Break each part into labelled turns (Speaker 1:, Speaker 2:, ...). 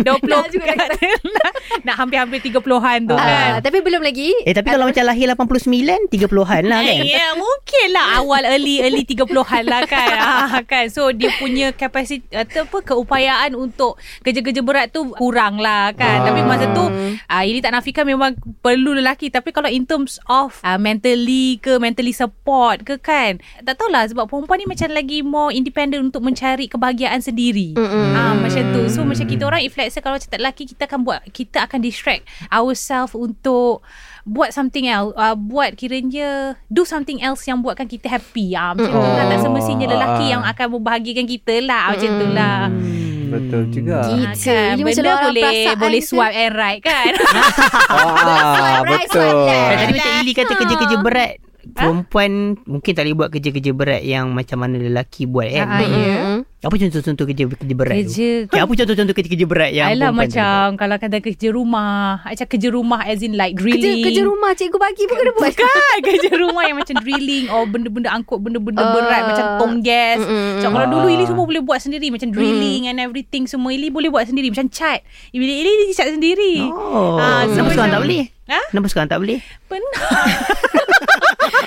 Speaker 1: 20
Speaker 2: Tak
Speaker 1: 20
Speaker 2: juga
Speaker 1: kat, lah. nak hampir-hampir 30-an tu kan
Speaker 2: Uh, tapi belum lagi.
Speaker 3: Eh tapi kalau macam lahir 89 30-an lah kan
Speaker 1: Eh, Ya, mungkin lah awal early early 30-an lah kan. ah, kan. So dia punya kapasiti atau apa keupayaan untuk kerja-kerja berat tu kurang lah kan.
Speaker 4: Ah.
Speaker 1: Tapi masa tu ah ini tak nafikan memang perlu lelaki tapi kalau in terms of ah, mentally ke mentally support ke kan. Tak tahulah sebab perempuan ni macam lagi more independent untuk mencari kebahagiaan sendiri.
Speaker 2: Mm-mm.
Speaker 1: Ah macam tu. So macam kita orang if let's say kalau macam tak lelaki kita akan buat kita akan distract ourselves untuk buat something else uh, buat kiranya do something else yang buatkan kita happy ah macam
Speaker 2: Hmm.
Speaker 1: tu lah tak
Speaker 4: Oh.
Speaker 1: semestinya lelaki
Speaker 4: Ah.
Speaker 1: yang akan membahagikan kita lah macam tu lah
Speaker 4: Hmm, Betul juga
Speaker 2: Gila.
Speaker 1: Ah,
Speaker 2: Gitu.
Speaker 1: kan,
Speaker 2: Hmm. Ini macam
Speaker 1: benda
Speaker 2: orang
Speaker 1: boleh
Speaker 2: perasaan
Speaker 1: boleh
Speaker 2: tu.
Speaker 1: swipe and right kan
Speaker 4: ah,
Speaker 2: right, swipe
Speaker 4: Betul
Speaker 2: left.
Speaker 3: Tadi macam Ili kata kerja-kerja berat Perempuan mungkin tak boleh buat kerja-kerja berat yang macam mana lelaki buat kan.
Speaker 1: Ah, ya.
Speaker 2: Mm-mm.
Speaker 3: Apa contoh-contoh kerja kerja berat tu?
Speaker 1: Kerja
Speaker 3: Okay, apa contoh-contoh kerja-kerja berat yang
Speaker 1: Alah
Speaker 3: perempuan tu buat?
Speaker 1: macam Kalau kata kerja rumah Macam kerja rumah As in like
Speaker 2: Kerja,
Speaker 1: drilling
Speaker 2: kerja rumah cikgu bagi pun kena buat.
Speaker 1: Bukan kerja rumah yang macam drilling or benda-benda angkut benda-benda
Speaker 2: Ah.
Speaker 1: berat macam tong gas.
Speaker 2: Mm-mm. Mm.
Speaker 1: Macam kalau dulu
Speaker 4: Ah.
Speaker 1: Ili semua boleh buat sendiri macam drilling and everything semua Ili boleh buat sendiri macam cat. Bila Ili Ili cat sendiri.
Speaker 3: Oh,
Speaker 1: Ah,
Speaker 3: ah,
Speaker 1: so
Speaker 3: kenapa sekarang
Speaker 1: macam-
Speaker 3: tak boleh?
Speaker 1: Ha?
Speaker 3: Kenapa sekarang tak boleh?
Speaker 1: Pernah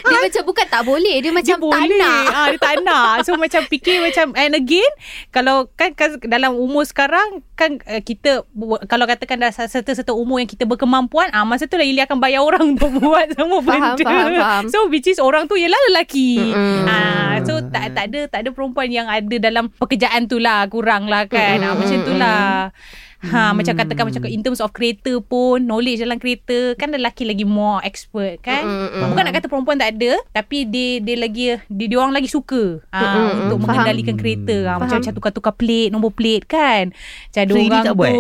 Speaker 2: Dia macam bukan tak boleh. Dia macam
Speaker 1: dia
Speaker 2: tak
Speaker 1: boleh.
Speaker 2: nak.
Speaker 1: Ah, dia tak nak. So macam fikir macam and again kalau kan, kan dalam umur sekarang kan uh, kita bu- kalau katakan dah serta-serta umur yang kita berkemampuan ah masa tu lah Ili akan bayar orang untuk buat semua
Speaker 2: Faham,
Speaker 1: benda.
Speaker 2: faham, faham.
Speaker 1: So which is orang tu ialah lelaki.
Speaker 2: Mm-mm.
Speaker 1: Ah so tak tak ada tak ada perempuan yang ada dalam pekerjaan tu lah kurang lah kan. Ah, macam tu lah. Ha macam katakan macam in terms of kereta pun knowledge dalam kereta kan lelaki lagi more expert kan.
Speaker 2: Mm-mm.
Speaker 1: Bukan nak kata perempuan tak ada tapi dia dia lagi dia, dia orang lagi suka ah
Speaker 2: Mm-mm,
Speaker 1: untuk
Speaker 2: mm.
Speaker 1: mengendalikan
Speaker 4: Faham.
Speaker 1: kereta ah
Speaker 2: Faham.
Speaker 1: macam macam tukar-tukar plate nombor plate kan. Macam ada
Speaker 3: So, Ili
Speaker 1: orang
Speaker 3: tak
Speaker 1: tu
Speaker 3: buat?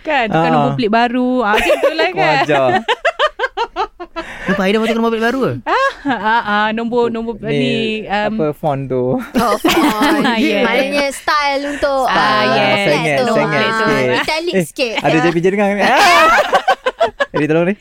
Speaker 1: kan tukar
Speaker 4: Ah.
Speaker 1: nombor plate baru ah macam tu lah
Speaker 4: Kau
Speaker 1: kan.
Speaker 4: ajar
Speaker 3: Kenapa Aida patut kena mobil baru ke?
Speaker 1: Ah, ah, ah nombor nombor ni, um,
Speaker 4: Apa font tu
Speaker 2: Oh, font.
Speaker 1: Ah, yeah.
Speaker 2: Maknanya style untuk
Speaker 1: Ah,
Speaker 2: ah,
Speaker 1: yes.
Speaker 2: flat
Speaker 4: Sengit,
Speaker 2: tu.
Speaker 4: sengit
Speaker 2: Ah,
Speaker 4: ya. sikit.
Speaker 2: Italic
Speaker 4: Eh,
Speaker 2: sikit.
Speaker 4: Ada
Speaker 2: Ah.
Speaker 4: jepi jenengan ni Ah. Jadi tolong ni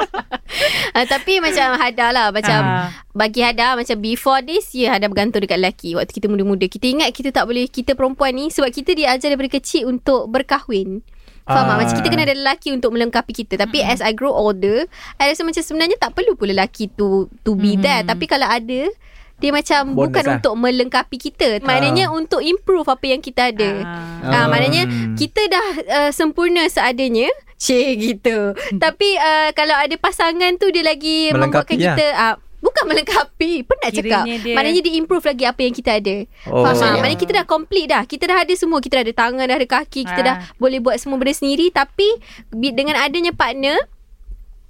Speaker 2: Ah, tapi macam Hada lah Macam
Speaker 1: Ah.
Speaker 2: Bagi Hada Macam before this Ya Hada bergantung dekat lelaki Waktu kita muda-muda Kita ingat kita tak boleh Kita perempuan ni Sebab kita diajar daripada kecil Untuk berkahwin Faham tak?
Speaker 4: Ah.
Speaker 2: Macam kita kena ada lelaki Untuk melengkapi kita Tapi as I grow older I rasa macam sebenarnya Tak perlu pun lelaki tu To be there Tapi kalau ada dia macam
Speaker 4: Bonus
Speaker 2: bukan
Speaker 4: lah.
Speaker 2: untuk melengkapi kita. Maknanya untuk improve apa yang kita ada. Ah,
Speaker 4: Ah.
Speaker 2: maknanya
Speaker 4: Hmm.
Speaker 2: kita dah uh, sempurna seadanya. Cik gitu. Tapi uh, kalau ada pasangan tu dia lagi
Speaker 4: Hmm.
Speaker 2: membuatkan
Speaker 4: Melengkapi lah.
Speaker 2: kita uh, bukan melengkapi. Pernah
Speaker 1: Kiranya
Speaker 2: cakap.
Speaker 1: dia-
Speaker 2: Maknanya dia improve lagi apa yang kita ada. Oh.
Speaker 4: Oh.
Speaker 2: Faham tak? Maknanya kita dah complete dah. Kita dah ada semua. Kita dah ada tangan, dah ada kaki, kita
Speaker 1: Ah.
Speaker 2: dah boleh buat semua benda sendiri tapi bi- dengan adanya partner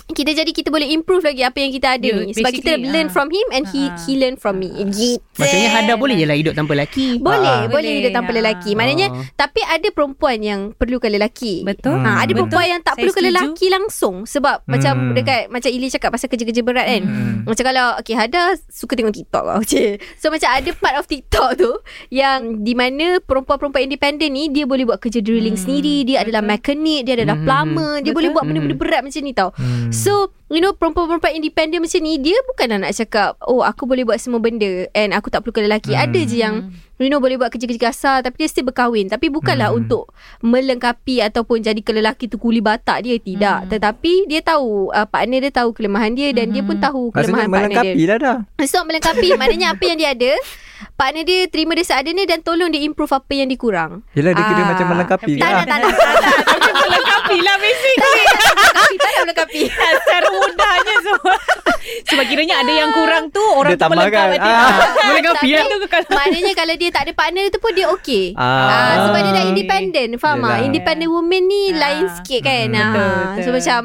Speaker 2: kita jadi kita boleh improve lagi apa yang kita ada
Speaker 1: Yeah,
Speaker 2: ni sebab kita
Speaker 1: basically,
Speaker 2: learn
Speaker 1: ah.
Speaker 2: from him and he
Speaker 1: Ah.
Speaker 2: he learn from me gitu
Speaker 1: Eh.
Speaker 3: Maksudnya Hada boleh je lah hidup tanpa lelaki.
Speaker 2: boleh,
Speaker 1: Ah.
Speaker 2: boleh hidup tanpa
Speaker 1: Boleh,
Speaker 2: lelaki.
Speaker 3: ah.
Speaker 2: Maknanya
Speaker 3: Ah.
Speaker 2: tapi ada perempuan yang perlukan lelaki.
Speaker 1: Betul.
Speaker 2: Ha, ada
Speaker 1: Betul.
Speaker 2: perempuan yang tak
Speaker 1: Saya
Speaker 2: perlukan
Speaker 1: setuju.
Speaker 2: lelaki langsung sebab hmm. macam
Speaker 4: Hmm.
Speaker 2: dekat macam Ili cakap pasal kerja-kerja berat kan. Hmm. Macam kalau okay Hada suka tengok TikTok lah. Okay. So macam ada part of TikTok tu yang di mana perempuan-perempuan independen ni dia boleh buat kerja drilling hmm. sendiri, dia adalah mekanik, dia adalah
Speaker 3: Hmm.
Speaker 2: plumber, dia
Speaker 1: Betul.
Speaker 2: boleh buat benda-benda berat macam ni tau.
Speaker 4: Hmm.
Speaker 2: So You know perempuan-perempuan independen macam ni Dia bukanlah nak cakap Oh aku boleh buat semua benda And aku tak perlukan lelaki hmm. Ada je yang You know boleh buat kerja-kerja kasar Tapi dia still berkahwin Tapi bukanlah hmm. untuk Melengkapi Ataupun jadi ke lelaki tu Kuli batak dia Tidak hmm. Tetapi dia tahu uh, Partner dia tahu kelemahan dia Dan dia pun tahu
Speaker 4: Maksudnya
Speaker 2: Kelemahan partner
Speaker 4: melengkapi
Speaker 2: dia
Speaker 4: lah dah
Speaker 2: It's not melengkapi Maknanya apa yang dia ada Partner dia terima dia seadanya Dan tolong dia improve apa yang dikurang
Speaker 4: Yelah dia kira
Speaker 2: Ah.
Speaker 4: macam melengkapi
Speaker 2: Tak
Speaker 4: lah
Speaker 2: nak tak nak
Speaker 1: Tapi melengkapi lah basic
Speaker 2: Melengkapi Tak nak melengkapi
Speaker 1: Secara mudahnya semua Sebab kiranya ada yang kurang tu Orang
Speaker 4: Dia tambahkan.
Speaker 1: melengkap
Speaker 4: Ah.
Speaker 1: Melengkapi
Speaker 2: Tapi
Speaker 1: lah tu kalau
Speaker 2: Maknanya kalau dia tak ada partner tu pun dia okay. Ah,
Speaker 4: Ah.
Speaker 2: sebab dia dah independent. Faham tak?
Speaker 4: Yelah.
Speaker 2: Independent woman ni
Speaker 1: Ah.
Speaker 2: lain sikit kan.
Speaker 4: Mm.
Speaker 2: Ah.
Speaker 1: Betul, betul.
Speaker 2: So macam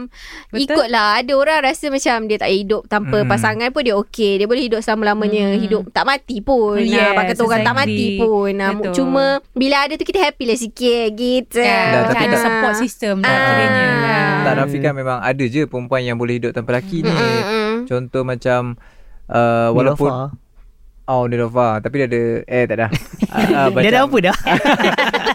Speaker 1: Betul.
Speaker 2: ikutlah. Ada orang rasa macam dia tak hidup tanpa
Speaker 4: Mm.
Speaker 2: pasangan pun dia okay. Dia boleh hidup selama-lamanya.
Speaker 4: Hmm.
Speaker 1: Mm.
Speaker 2: Hidup tak mati pun.
Speaker 1: Yes,
Speaker 2: ah, pakai tu orang tak mati
Speaker 1: exactly.
Speaker 2: pun. Ah,
Speaker 1: Betul.
Speaker 2: cuma bila ada tu kita happy lah sikit gitu.
Speaker 4: Dah,
Speaker 1: Ya,
Speaker 4: Hmm,
Speaker 1: Macam Ah.
Speaker 4: tapi
Speaker 1: ada
Speaker 4: tak-
Speaker 1: support system lah
Speaker 2: Ah.
Speaker 1: kiranya
Speaker 4: Tak Rafikan memang ada je Perempuan yang boleh hidup tanpa lelaki ni Contoh macam uh, Walaupun
Speaker 3: Walaupun
Speaker 4: Oh Nilova Tapi dia ada Eh tak dah Ah, ah,
Speaker 3: Dia dah
Speaker 4: macam-
Speaker 3: apa dah?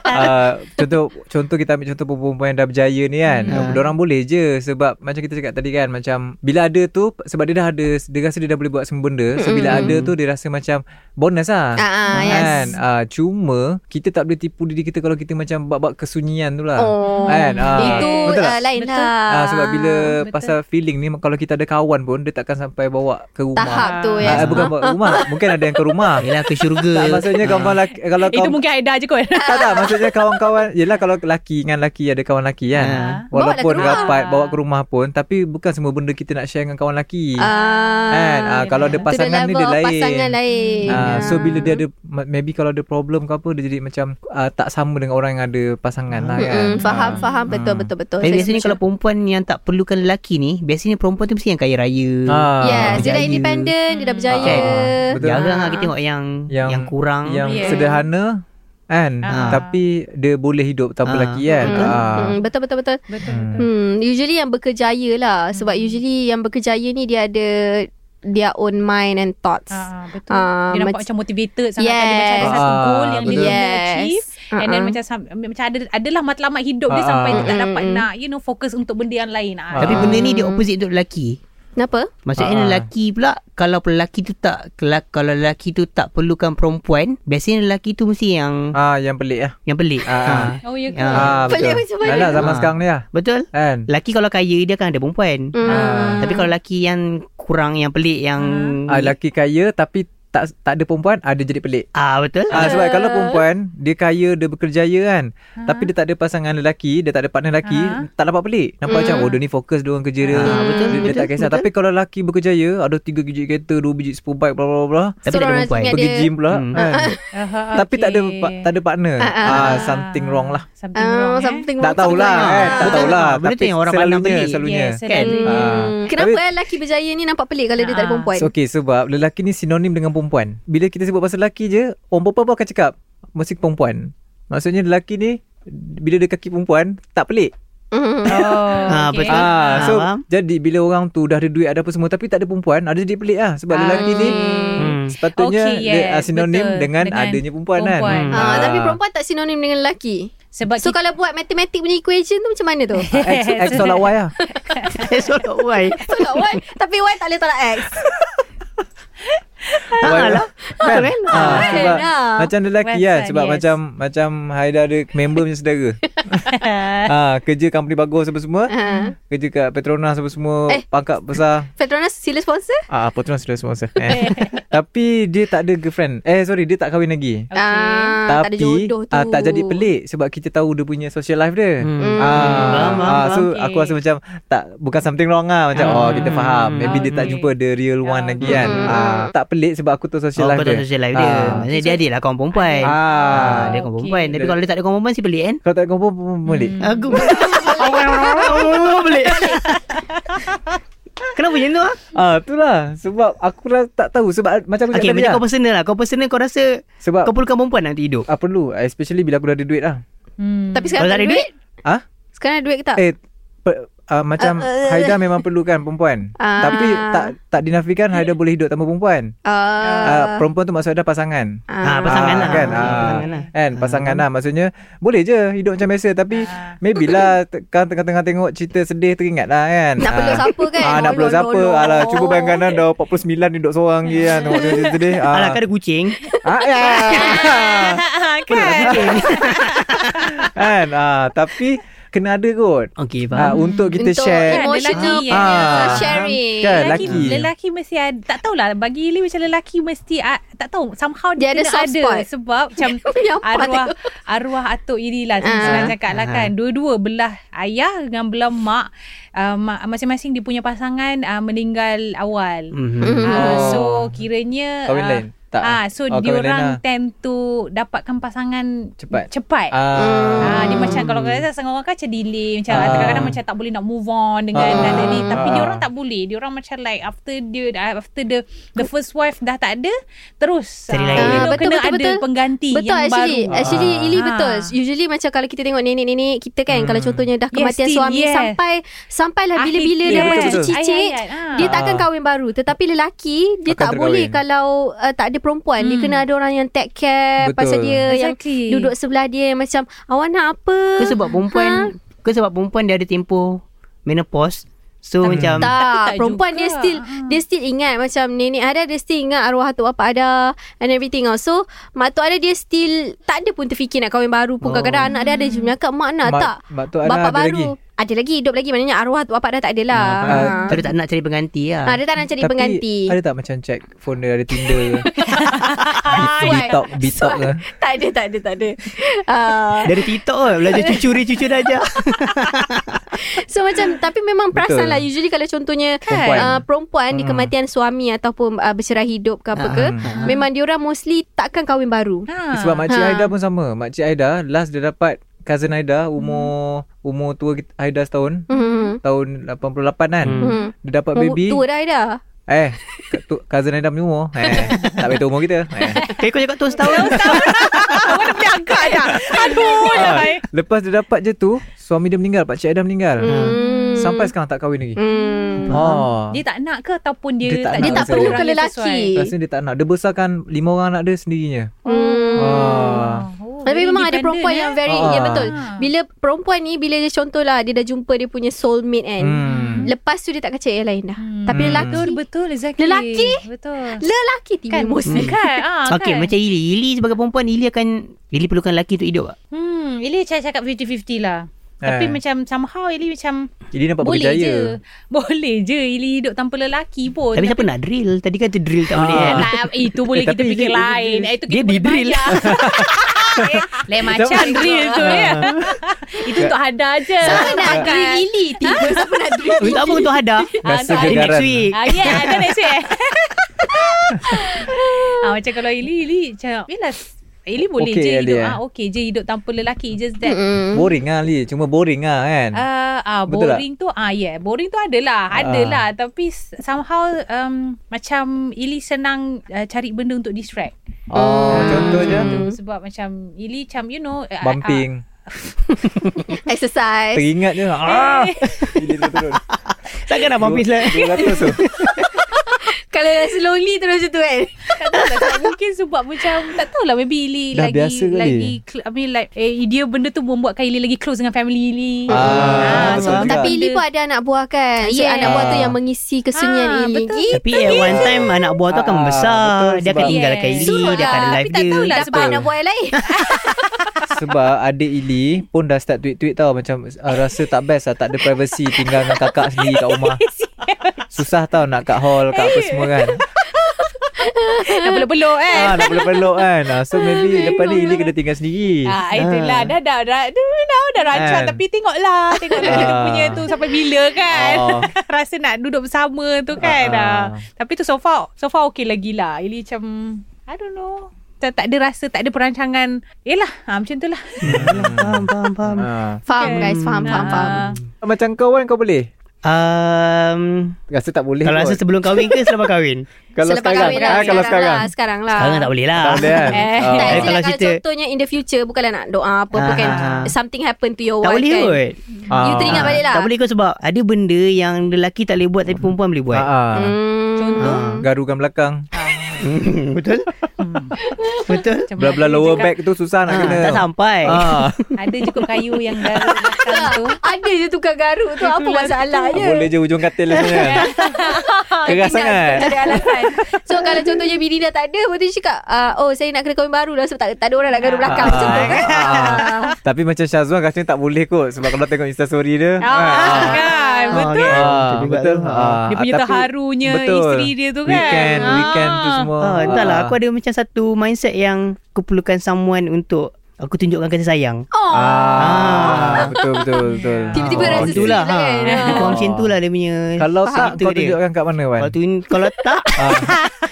Speaker 4: Ah, contoh contoh kita ambil contoh perempuan yang dah berjaya ni kan.
Speaker 3: Hmm.
Speaker 4: Hmm. Orang boleh je sebab macam kita cakap tadi kan macam bila ada tu sebab dia dah ada dia rasa dia dah boleh buat semua benda. So bila ada tu dia rasa macam bonus lah.
Speaker 2: Ah, ah, yes.
Speaker 4: Kan? Ah, cuma kita tak boleh tipu diri kita kalau kita macam bab-bab kesunyian tu lah.
Speaker 2: Oh.
Speaker 4: Kan? Ah,
Speaker 2: Itu
Speaker 4: betul tak?
Speaker 2: uh, lain
Speaker 1: Betul.
Speaker 2: lah.
Speaker 4: Ah, sebab bila
Speaker 1: betul.
Speaker 4: pasal feeling ni kalau kita ada kawan pun dia takkan sampai bawa ke rumah.
Speaker 2: tahap tu ya.
Speaker 4: Ah, ah, bukan bawa ke rumah. Mungkin ada yang ke rumah.
Speaker 3: Yelah ke syurga.
Speaker 4: Tak, maksudnya kawan lelaki, kalau
Speaker 1: Itu
Speaker 4: kawan
Speaker 1: mungkin Aida je kot
Speaker 4: tak tak maksudnya kawan-kawan Yelah kalau lelaki dengan lelaki Ada kawan lelaki kan
Speaker 3: Ha.
Speaker 4: Walaupun
Speaker 2: Bawa lah ke rumah.
Speaker 4: rapat Bawa ke rumah pun Tapi bukan semua benda Kita nak share dengan kawan lelaki
Speaker 2: Ah,
Speaker 4: Kan ah, Kalau ada
Speaker 2: to the
Speaker 4: pasangan ni
Speaker 2: level
Speaker 4: Dia
Speaker 2: of
Speaker 4: lain
Speaker 2: Pasangan lain.
Speaker 4: Ah,
Speaker 2: Ah.
Speaker 4: so bila dia ada ma- Maybe kalau ada problem ke apa Dia jadi macam ah, Tak sama dengan orang yang ada pasangan lah kan
Speaker 2: Mm-mm, Hmm, faham,
Speaker 4: Ah.
Speaker 2: faham. Betul, betul, betul.
Speaker 3: Tapi
Speaker 2: Saya
Speaker 3: biasanya
Speaker 2: setuju.
Speaker 3: kalau perempuan yang tak perlukan lelaki ni, biasanya perempuan tu mesti yang kaya raya.
Speaker 4: Ah.
Speaker 2: Yes, dia dah
Speaker 3: berjaya.
Speaker 2: independent, dia dah berjaya.
Speaker 3: Kan?
Speaker 4: Betul.
Speaker 3: Jarang lah kita tengok yang yang,
Speaker 4: Yang-
Speaker 3: kurang.
Speaker 4: Yang
Speaker 1: Yeah.
Speaker 4: sederhana kan
Speaker 1: Ah.
Speaker 4: tapi dia boleh hidup tanpa
Speaker 3: Ah.
Speaker 4: lelaki kan
Speaker 2: Hmm.
Speaker 4: ah
Speaker 2: Hmm, betul betul betul.
Speaker 1: Betul
Speaker 4: Hmm.
Speaker 1: betul.
Speaker 2: Hmm, usually yang berkejaya lah sebab usually yang berkejaya ni dia ada their own mind and
Speaker 4: Hmm.
Speaker 2: thoughts.
Speaker 1: Ah, betul.
Speaker 2: Ah,
Speaker 1: dia nampak
Speaker 2: mac-
Speaker 1: macam motivated
Speaker 2: Yes.
Speaker 1: sangat yes. tadi macam ada satu
Speaker 4: Ah,
Speaker 1: goal yang dia
Speaker 4: betul.
Speaker 1: kena achieve and then
Speaker 2: Uh-uh.
Speaker 1: macam sam- macam ada adalah matlamat hidup dia
Speaker 4: Ah,
Speaker 1: sampai dia tak
Speaker 2: ah.
Speaker 1: dapat
Speaker 2: Mm-mm.
Speaker 1: nak you know fokus untuk benda yang lain. Ah.
Speaker 3: Tapi
Speaker 4: Ah.
Speaker 3: benda ni dia opposite untuk lelaki.
Speaker 2: Kenapa?
Speaker 3: Maksudnya
Speaker 4: Ah.
Speaker 3: lelaki pula kalau lelaki tu tak kela- kalau lelaki tu tak perlukan perempuan, biasanya lelaki tu mesti yang
Speaker 4: ah yang pelik lah
Speaker 3: yang pelik.
Speaker 4: Ah.
Speaker 3: Ha.
Speaker 1: Oh ya ke?
Speaker 3: Ah.
Speaker 4: ah
Speaker 2: Pelik
Speaker 4: betul
Speaker 2: macam mana?
Speaker 4: Dah lah zaman
Speaker 3: Ah.
Speaker 4: sekarang ni lah
Speaker 3: Betul?
Speaker 4: kan
Speaker 3: Lelaki kalau kaya dia akan ada perempuan. Ha,
Speaker 2: Hmm.
Speaker 4: Ah,
Speaker 3: Tapi kalau lelaki yang kurang yang pelik yang
Speaker 4: ah lelaki kaya tapi tak tak ada perempuan ada jadi pelik
Speaker 3: Ah betul?
Speaker 4: Ah sebab kalau perempuan dia kaya dia bekerjaya kan
Speaker 1: Ah.
Speaker 4: tapi dia tak ada pasangan lelaki dia tak ada partner lelaki
Speaker 1: Ah.
Speaker 4: tak dapat pelik nampak macam oh dia ni fokus dia orang kerja dia
Speaker 3: Ah, betul,
Speaker 4: dia, dia
Speaker 3: betul,
Speaker 4: tak kisah
Speaker 3: betul.
Speaker 4: tapi kalau lelaki bekerjaya ada 3 biji kereta 2 biji sepuluh bike bla bla bla
Speaker 3: Tapi tak ada
Speaker 2: orang
Speaker 3: perempuan.
Speaker 2: ingat
Speaker 4: pergi
Speaker 2: dia-
Speaker 4: gym pula
Speaker 3: Hmm.
Speaker 4: kan
Speaker 1: Ah,
Speaker 4: tapi tak ada
Speaker 1: okey.
Speaker 4: pa- tak ada partner
Speaker 2: Ah, ah,
Speaker 4: ah something wrong lah
Speaker 1: Something
Speaker 2: Ah,
Speaker 1: wrong. eh?
Speaker 2: something
Speaker 4: tak
Speaker 2: wrong,
Speaker 4: tahulah
Speaker 2: something
Speaker 4: kan
Speaker 2: wrong.
Speaker 4: tak
Speaker 3: Betul.
Speaker 4: tahulah
Speaker 3: Benda tu
Speaker 4: tapi
Speaker 3: yang orang pandang
Speaker 4: selalunya
Speaker 3: pelik.
Speaker 4: selalunya
Speaker 1: Yes, selalunya.
Speaker 3: Kan?
Speaker 4: Ah.
Speaker 2: Hmm. Kenapa eh lelaki berjaya ni nampak pelik kalau dia tak ada
Speaker 1: Ah.
Speaker 2: perempuan?
Speaker 4: So, okay sebab lelaki ni sinonim dengan perempuan. Bila kita sebut pasal lelaki je, orang perempuan pun akan cakap mesti perempuan. Maksudnya lelaki ni bila dia kaki perempuan tak pelik.
Speaker 2: Mhm.
Speaker 1: Oh,
Speaker 3: Ah,
Speaker 1: okay.
Speaker 3: betul.
Speaker 4: Ah, so
Speaker 3: faham.
Speaker 4: jadi bila orang tu dah ada duit ada apa semua tapi tak ada perempuan, ada jadi pelik lah sebab lelaki ni
Speaker 3: Hmm.
Speaker 4: sepatutnya
Speaker 1: Okay,
Speaker 4: dia ah,
Speaker 1: yes,
Speaker 4: sinonim
Speaker 1: betul.
Speaker 4: dengan,
Speaker 1: Dengan
Speaker 4: adanya perempuan,
Speaker 1: perempuan.
Speaker 4: kan.
Speaker 2: Ah, tapi perempuan tak sinonim dengan lelaki.
Speaker 1: Sebab
Speaker 2: So
Speaker 1: kita,
Speaker 2: kalau buat matematik punya equation tu macam mana tu?
Speaker 4: X, X tolak Y lah.
Speaker 3: so tak why?
Speaker 2: Tolak Y Tapi Y tak boleh tolak X
Speaker 4: Ah, lah. Kan? Ah,
Speaker 2: Kan?
Speaker 4: sebab
Speaker 2: Ah.
Speaker 4: macam
Speaker 1: Well
Speaker 4: lelaki kan
Speaker 1: said,
Speaker 4: sebab
Speaker 1: yes.
Speaker 4: macam macam Haida ada member punya saudara. ah, kerja company bagus apa semua.
Speaker 2: Ah.
Speaker 4: Kerja kat Petronas apa semua
Speaker 2: Eh.
Speaker 4: Pangkat besar
Speaker 2: Petronas sila sponsor
Speaker 4: Ah Petronas sudah sponsor eh. Tapi dia tak ada girlfriend Eh sorry Dia tak kahwin lagi
Speaker 1: Okay.
Speaker 2: Ah, Tak ada
Speaker 4: Tapi
Speaker 2: jodoh tu
Speaker 4: ah, Tak jadi pelik Sebab kita tahu Dia punya social life dia
Speaker 3: Hmm.
Speaker 4: Ah,
Speaker 3: Faham, faham,
Speaker 4: ah, so
Speaker 1: faham.
Speaker 4: aku rasa macam tak bukan something wrong lah macam
Speaker 3: Ah.
Speaker 4: oh kita faham maybe dia
Speaker 3: Hmm.
Speaker 4: tak
Speaker 1: Okay.
Speaker 4: jumpa the real one lagi kan
Speaker 2: Hmm.
Speaker 4: ah, tak pelik sebab aku tahu social
Speaker 3: Oh,
Speaker 4: life
Speaker 3: kau tahu
Speaker 4: dia
Speaker 3: social life dia.
Speaker 4: Ah.
Speaker 3: Maksudnya dia ada lah kawan perempuan.
Speaker 4: ah,
Speaker 3: Ah, dia
Speaker 1: Ah,
Speaker 3: kawan
Speaker 1: okey.
Speaker 3: perempuan. Tapi kalau dia tak ada kawan perempuan, si pelik kan?
Speaker 4: kalau tak kumpul pun pelik
Speaker 3: Aku pelik. Kenapa macam tu ah?
Speaker 4: ah itulah sebab aku lah tak tahu sebab macam aku
Speaker 3: Okay,
Speaker 4: cakap tadi
Speaker 3: macam
Speaker 4: lah
Speaker 3: kau personal lah. Kau personal kau rasa
Speaker 4: sebab
Speaker 3: kau perlukan perempuan nanti hidup.
Speaker 4: ah, perlu especially bila aku dah ada duit lah
Speaker 1: Hmm.
Speaker 2: Tapi sekarang
Speaker 3: Kalau
Speaker 2: tak ada
Speaker 3: tak ada
Speaker 2: duit
Speaker 4: ah
Speaker 2: Sekarang ada duit ke tak?
Speaker 4: Eh per, uh, Macam
Speaker 3: Ah,
Speaker 2: Uh, uh,
Speaker 4: uh, Haida memang perlukan perempuan
Speaker 2: Ah.
Speaker 4: Tapi tak tak dinafikan Haida boleh hidup tanpa perempuan uh, uh,
Speaker 2: Ah,
Speaker 4: Perempuan tu maksudnya dah pasangan
Speaker 3: Ah, pasangan
Speaker 4: Ah,
Speaker 3: lah.
Speaker 4: kan? Ah.
Speaker 3: Ah, Pasangan lah.
Speaker 4: Kan pasangan lah Maksudnya Boleh je hidup macam biasa Tapi
Speaker 3: Ah.
Speaker 4: Maybe lah te- Kan tengah-tengah tengok cerita sedih Teringat lah kan
Speaker 2: Nak
Speaker 4: Ah.
Speaker 2: peluk siapa kan?
Speaker 4: Ah, nak
Speaker 2: Oh,
Speaker 4: peluk
Speaker 2: lol,
Speaker 4: siapa
Speaker 2: lol, lol.
Speaker 4: Alah cuba bayangkan lah Dah 49 duduk seorang je kan Tengok cerita sedih Ah.
Speaker 3: Alah, kau ada kucing.
Speaker 4: Ah, ya.
Speaker 1: kan?
Speaker 4: Kan ah, Tapi Kena ada kot
Speaker 3: Okay,
Speaker 4: ah,
Speaker 3: faham.
Speaker 4: Untuk kita
Speaker 2: Untuk
Speaker 4: share
Speaker 2: emotional
Speaker 1: Kan, lelaki,
Speaker 2: punya
Speaker 4: ah,
Speaker 2: sharing
Speaker 4: kan,
Speaker 1: Lelaki,
Speaker 4: lelaki.
Speaker 1: lelaki mesti ada tak tahulah bagi Lee macam lelaki mesti ah, tak tahu somehow
Speaker 2: Dia
Speaker 1: dia,
Speaker 2: ada
Speaker 1: kena
Speaker 2: soft
Speaker 1: ada
Speaker 2: spot.
Speaker 1: sebab macam
Speaker 2: Menyampak
Speaker 1: arwah arwah atuk Iri lah
Speaker 2: Ah.
Speaker 1: uh, cakap lah
Speaker 3: Ah.
Speaker 1: kan dua-dua belah ayah dengan belah mak uh, mak- masing-masing dia punya pasangan uh, meninggal awal
Speaker 3: Mhm.
Speaker 2: Hmm.
Speaker 1: uh,
Speaker 4: Oh.
Speaker 1: so kiranya
Speaker 4: Kahwin
Speaker 1: ah,
Speaker 4: lain Tak
Speaker 1: Ah, so oh,
Speaker 4: Oh, kahwin lain
Speaker 1: diorang
Speaker 4: lah.
Speaker 1: tend to dapatkan pasangan
Speaker 4: Cepat.
Speaker 1: cepat.
Speaker 4: Ah,
Speaker 1: Ah, dia macam kalau kau rasa setengah orang kan macam delay macam
Speaker 4: Ah.
Speaker 1: kadang-kadang macam tak boleh nak move on dengan
Speaker 4: Ah.
Speaker 1: ah. dan ni tapi
Speaker 4: Ah.
Speaker 1: dia orang tak boleh. Dia orang macam like after dia after the the first wife dah tak ada terus ah,
Speaker 3: Cari lain.
Speaker 1: you know,
Speaker 2: Ah, betul,
Speaker 1: kena
Speaker 2: betul,
Speaker 1: ada
Speaker 2: betul.
Speaker 1: pengganti
Speaker 2: Betul
Speaker 1: yang
Speaker 2: actually
Speaker 1: baru.
Speaker 2: Actually
Speaker 4: Ah.
Speaker 2: Ili
Speaker 1: Ah.
Speaker 2: betul Usually macam kalau kita tengok nenek-nenek Kita kan Kalau
Speaker 4: Hmm.
Speaker 2: contohnya dah kematian
Speaker 1: still,
Speaker 2: suami
Speaker 1: yes. Ah,
Speaker 2: Sampai Sampailah
Speaker 1: Akhir
Speaker 2: bila-bila
Speaker 1: dia.
Speaker 2: Dia macam
Speaker 4: Betul, betul.
Speaker 2: cicit
Speaker 1: Ayat-ayat, ah.
Speaker 2: Dia uh, takkan kahwin baru Tetapi lelaki Dia
Speaker 4: Akan
Speaker 2: tak
Speaker 4: terkahwin.
Speaker 2: boleh Kalau uh, tak ada perempuan Dia
Speaker 1: Hmm.
Speaker 2: kena ada orang yang take care
Speaker 4: Betul.
Speaker 2: Pasal dia yang
Speaker 1: Exactly.
Speaker 2: Duduk sebelah dia yang Macam awak nak apa
Speaker 3: Kau sebab perempuan, kau sebab perempuan dia ada tempoh menopause. So macam
Speaker 1: Tapi
Speaker 2: tak,
Speaker 1: tak
Speaker 2: perempuan
Speaker 1: juga.
Speaker 2: dia still
Speaker 4: Ah.
Speaker 2: dia still ingat macam nenek ada dia still ingat arwah atuk bapa ada and everything else. So mak tu ada dia still tak ada pun terfikir nak kahwin baru pun. Kadang-kadang anak dia ada je cakap mak nak
Speaker 4: Oh. Mak-
Speaker 2: tak.
Speaker 4: mak tu ada,
Speaker 2: Bapak
Speaker 4: ada
Speaker 2: baru.
Speaker 4: lagi?
Speaker 2: Ada lagi hidup lagi maknanya arwah atuk bapa dah tak ada lah.
Speaker 4: Ah,
Speaker 3: So dia tak nak cari pengganti
Speaker 2: Ha.
Speaker 3: lah.
Speaker 2: Ha, dia tak nak cari
Speaker 4: Tapi
Speaker 2: pengganti.
Speaker 4: ada tak macam check phone dia ada Tinder
Speaker 2: Suai.
Speaker 4: Bitok Bitok
Speaker 2: Suai.
Speaker 4: ke
Speaker 2: Tak ada, tak ada, tak ada. Ah,
Speaker 3: Dari TikTok lah Belajar cucur-cucur aja
Speaker 2: So macam Tapi memang
Speaker 4: Betul.
Speaker 2: perasan lah Usually kalau contohnya
Speaker 4: Perempuan.
Speaker 2: uh, Perempuan hmm. Di
Speaker 4: Hmm.
Speaker 2: kematian suami Ataupun uh, bercerai hidup ke apa ke
Speaker 4: Ah.
Speaker 2: Memang diorang mostly Takkan kahwin baru
Speaker 1: Ha.
Speaker 4: Sebab makcik
Speaker 2: Ha.
Speaker 4: Aida pun sama Makcik Aida Last dia dapat Cousin Aida Umur Umur tua kita- Aida setahun
Speaker 2: Hmm.
Speaker 4: Tahun 88 kan
Speaker 2: Hmm.
Speaker 4: Dia dapat
Speaker 2: Umur
Speaker 4: baby
Speaker 2: tua dah dah
Speaker 4: Eh k- tu, Cousin Aida punya umur eh, Tak betul umur kita eh.
Speaker 3: Kau ikut cakap tu setahun
Speaker 1: Mana boleh angkat dah. Aduh.
Speaker 4: Ah,
Speaker 1: lah.
Speaker 4: Lepas dia dapat je tu Suami dia meninggal Pakcik Adam meninggal
Speaker 2: Hmm.
Speaker 4: Sampai sekarang tak kahwin lagi
Speaker 2: Hmm.
Speaker 4: Ah.
Speaker 1: Dia tak nak ke ataupun dia,
Speaker 4: Dia tak nak
Speaker 2: Dia tak
Speaker 4: Seorang
Speaker 2: perlu
Speaker 4: yang
Speaker 2: ke lelaki.
Speaker 4: Rasanya dia tak nak Dia besarkan Lima orang anak dia sendirinya
Speaker 2: Hmm.
Speaker 4: Ah.
Speaker 1: Oh,
Speaker 2: Tapi memang ada
Speaker 1: lah.
Speaker 2: perempuan yang very
Speaker 4: Ah.
Speaker 2: Ya betul Bila perempuan ni Bila dia contohlah Dia dah jumpa dia punya soulmate kan
Speaker 4: Hmm.
Speaker 2: Lepas tu dia tak kacau yang lain dah
Speaker 1: Hmm.
Speaker 2: Tapi
Speaker 4: Hmm.
Speaker 2: lelaki
Speaker 1: Betul, betul exactly.
Speaker 2: Lelaki?
Speaker 1: Betul.
Speaker 2: Lelaki tiba
Speaker 1: Kan
Speaker 2: emosi
Speaker 1: Kan ah,
Speaker 3: Okey,
Speaker 1: kan?
Speaker 3: macam Ili. Ili sebagai perempuan, Ili akan... Ili perlukan lelaki untuk hidup tak?
Speaker 1: Hmm, Ili cakap cakap 50-50 lah. Tapi
Speaker 4: Eh.
Speaker 1: macam somehow Ili macam
Speaker 4: Jadi nampak
Speaker 1: boleh
Speaker 4: berjaya
Speaker 1: je. Boleh je Ili hidup tanpa lelaki pun.
Speaker 3: Tapi siapa nak drill? Tadi kata drill tak boleh kan?
Speaker 1: Tak, itu boleh
Speaker 4: Eh,
Speaker 1: kita
Speaker 4: tapi
Speaker 1: fikir
Speaker 4: Ili-
Speaker 1: lain.
Speaker 4: Ili-
Speaker 1: itu
Speaker 3: dia
Speaker 1: kita boleh
Speaker 3: didrill.
Speaker 1: bayar. Eh, Lain macam
Speaker 4: Sama-
Speaker 1: drill tu ya. Itu untuk hada je.
Speaker 5: Siapa nak drill Ili tiba? Siapa nak drill
Speaker 3: Untuk apa untuk hada?
Speaker 4: Rasa
Speaker 1: Ah, tak.
Speaker 3: Eh,
Speaker 4: gegaran
Speaker 3: Next week.
Speaker 1: Ah, yeah, ada next week. ah, macam kalau Ili, Ili macam, yelah, Ili boleh
Speaker 4: Okey
Speaker 1: je
Speaker 4: je
Speaker 1: hidup.
Speaker 4: dia.
Speaker 1: Ah, okay je hidup tanpa lelaki. Just
Speaker 4: Hmm.
Speaker 1: that
Speaker 2: Mm-mm.
Speaker 4: Boring lah Li Cuma boring lah kan
Speaker 1: Uh, ah,
Speaker 4: Betul tak? Ah.
Speaker 1: boring tu ah yeah, boring tu adalah, adalah tapi s- somehow um, macam Ili senang uh, cari benda untuk distract.
Speaker 4: Oh Contohnya
Speaker 1: Macam tu, sebab macam Ili macam you know uh,
Speaker 4: Bumping
Speaker 2: Exercise
Speaker 4: Teringat je Ah Bila dia turun
Speaker 3: Takkan nak bumpis lah.
Speaker 4: 200 tu
Speaker 2: Kalau rasa lonely terus macam tu kan
Speaker 1: Uh, tak tahu lah, sebab mungkin sebab macam tak tahulah maybe Ili
Speaker 4: Dah
Speaker 1: lagi
Speaker 4: biasa kali.
Speaker 1: lagi cl- I mean like eh, dia benda tu membuatkan Ili lagi close dengan family Ili.
Speaker 4: Ah,
Speaker 1: so
Speaker 4: betul juga.
Speaker 2: Tapi Ili pun ada anak buah kan So
Speaker 1: Yeah.
Speaker 2: anak buah tu
Speaker 4: Ah.
Speaker 2: yang mengisi kesunyian
Speaker 1: Ah,
Speaker 2: Ili
Speaker 1: betul.
Speaker 3: Tapi at one time anak buah tu akan
Speaker 4: Ah,
Speaker 3: membesar.
Speaker 4: betul,
Speaker 3: dia akan
Speaker 4: sebab-
Speaker 3: tinggalkan
Speaker 1: Yes.
Speaker 3: Ili,
Speaker 2: Suruh
Speaker 3: dia akan
Speaker 2: lah,
Speaker 3: ada
Speaker 1: tapi
Speaker 3: life
Speaker 1: tak
Speaker 3: dia.
Speaker 1: tahulah
Speaker 2: Dapat
Speaker 1: sebab-
Speaker 2: anak buah yang lain
Speaker 4: Sebab adik Ili Pun dah start tweet-tweet tau Macam uh, Rasa tak best lah Tak ada privacy Tinggal dengan kakak sendiri Kat rumah Susah tau Nak kat hall Kat apa semua kan
Speaker 1: Nak peluk-peluk eh.
Speaker 4: ah, Nak peluk-peluk kan ah, So maybe Lepas ni Ili kena tinggal sendiri
Speaker 1: Ah, itulah dah dah dah dah, dah, dah rancang
Speaker 4: Kan?
Speaker 1: tapi tengoklah tengoklah kita
Speaker 4: Ah.
Speaker 1: punya tu sampai bila kan.
Speaker 4: Ah.
Speaker 1: Rasa nak duduk bersama tu kan.
Speaker 4: Ah, ah.
Speaker 1: Ah. Tapi tu so far so far okey lagi lah. Ili macam I don't know. Tak, tak ada rasa, tak ada perancangan. Yelah, ha, macam tu lah.
Speaker 3: Faham, faham, faham.
Speaker 4: ah.
Speaker 2: Faham guys Faham faham faham
Speaker 1: Ah.
Speaker 4: Macam kau kan kau boleh
Speaker 3: Um,
Speaker 4: Rasa tak boleh
Speaker 3: kalau
Speaker 4: kot.
Speaker 3: rasa sebelum kahwin ke selepas kahwin?
Speaker 4: Kalau
Speaker 2: Selepas
Speaker 4: sekarang,
Speaker 2: kahwin lah,
Speaker 4: ah, Kalau sekarang
Speaker 2: lah, Sekarang lah
Speaker 3: Sekarang tak boleh lah.
Speaker 4: Tak boleh
Speaker 1: Eh,
Speaker 4: kan Ah.
Speaker 2: Tak,
Speaker 3: Eh,
Speaker 2: kalau,
Speaker 3: kalau
Speaker 2: kalau
Speaker 3: kita-
Speaker 2: contohnya in the future bukanlah nak doa apa-apa
Speaker 3: Ah.
Speaker 2: kan something happen to your
Speaker 3: Tak
Speaker 2: wife
Speaker 3: boleh
Speaker 2: kan.
Speaker 3: kot.
Speaker 4: Ah.
Speaker 2: You teringat balik lah.
Speaker 3: Tak boleh kot sebab ada benda yang lelaki tak boleh buat tapi perempuan boleh buat.
Speaker 4: Ah, ah.
Speaker 2: Hmm.
Speaker 1: Contoh.
Speaker 3: Ah.
Speaker 4: Garukan belakang
Speaker 3: Betul? Betul?
Speaker 1: Macam
Speaker 4: Belah-belah
Speaker 1: ada
Speaker 4: lower
Speaker 1: juga-
Speaker 4: back tu Susah Hmm. nak
Speaker 3: Ah,
Speaker 4: kena
Speaker 3: tak sampai.
Speaker 4: Ah,
Speaker 1: Ada cukup kayu yang garu belakang tu.
Speaker 2: Ada je tukar garuk tu apa masalahnya?
Speaker 4: Boleh je ujung katil lah sebenarnya kan Keras
Speaker 2: Tapi nak
Speaker 4: sangat
Speaker 2: Ada alasan. So kalau contohnya bini dah tak ada, betul dia cakap, ah, oh saya nak kena kahwin baru lah sebab tak, tak ada orang nak garuk belakang macam tu kan.
Speaker 4: Ah. Tapi macam Syazwan Rasanya tak boleh kot Sebab kalau tengok instastory dia
Speaker 2: Oh.
Speaker 1: Ah, kan,
Speaker 3: Ah,
Speaker 1: betul.
Speaker 3: kan?
Speaker 4: Ah,
Speaker 3: Macam juga
Speaker 4: betul
Speaker 3: tu.
Speaker 4: ah,
Speaker 1: Dia punya
Speaker 4: tapi-
Speaker 1: terharunya
Speaker 4: betul.
Speaker 1: isteri dia tu kan.
Speaker 4: Weekend
Speaker 1: Ah.
Speaker 4: Weekend tu semua
Speaker 3: Ah, entahlah aku ada macam satu mindset yang aku perlukan someone untuk aku tunjukkan kasih sayang.
Speaker 2: Oh,
Speaker 4: ah, Betul betul betul
Speaker 2: tiba-tiba
Speaker 4: Ah,
Speaker 2: rasa
Speaker 4: betul.
Speaker 3: itulah,
Speaker 2: sedih lah
Speaker 3: Dia
Speaker 2: kan.
Speaker 3: kurang macam tu lah dia punya
Speaker 4: Kalau tak
Speaker 3: faktor
Speaker 4: kau
Speaker 3: dia.
Speaker 4: tunjukkan kat mana Wan
Speaker 3: Kalau tu kalau tak
Speaker 4: Ah,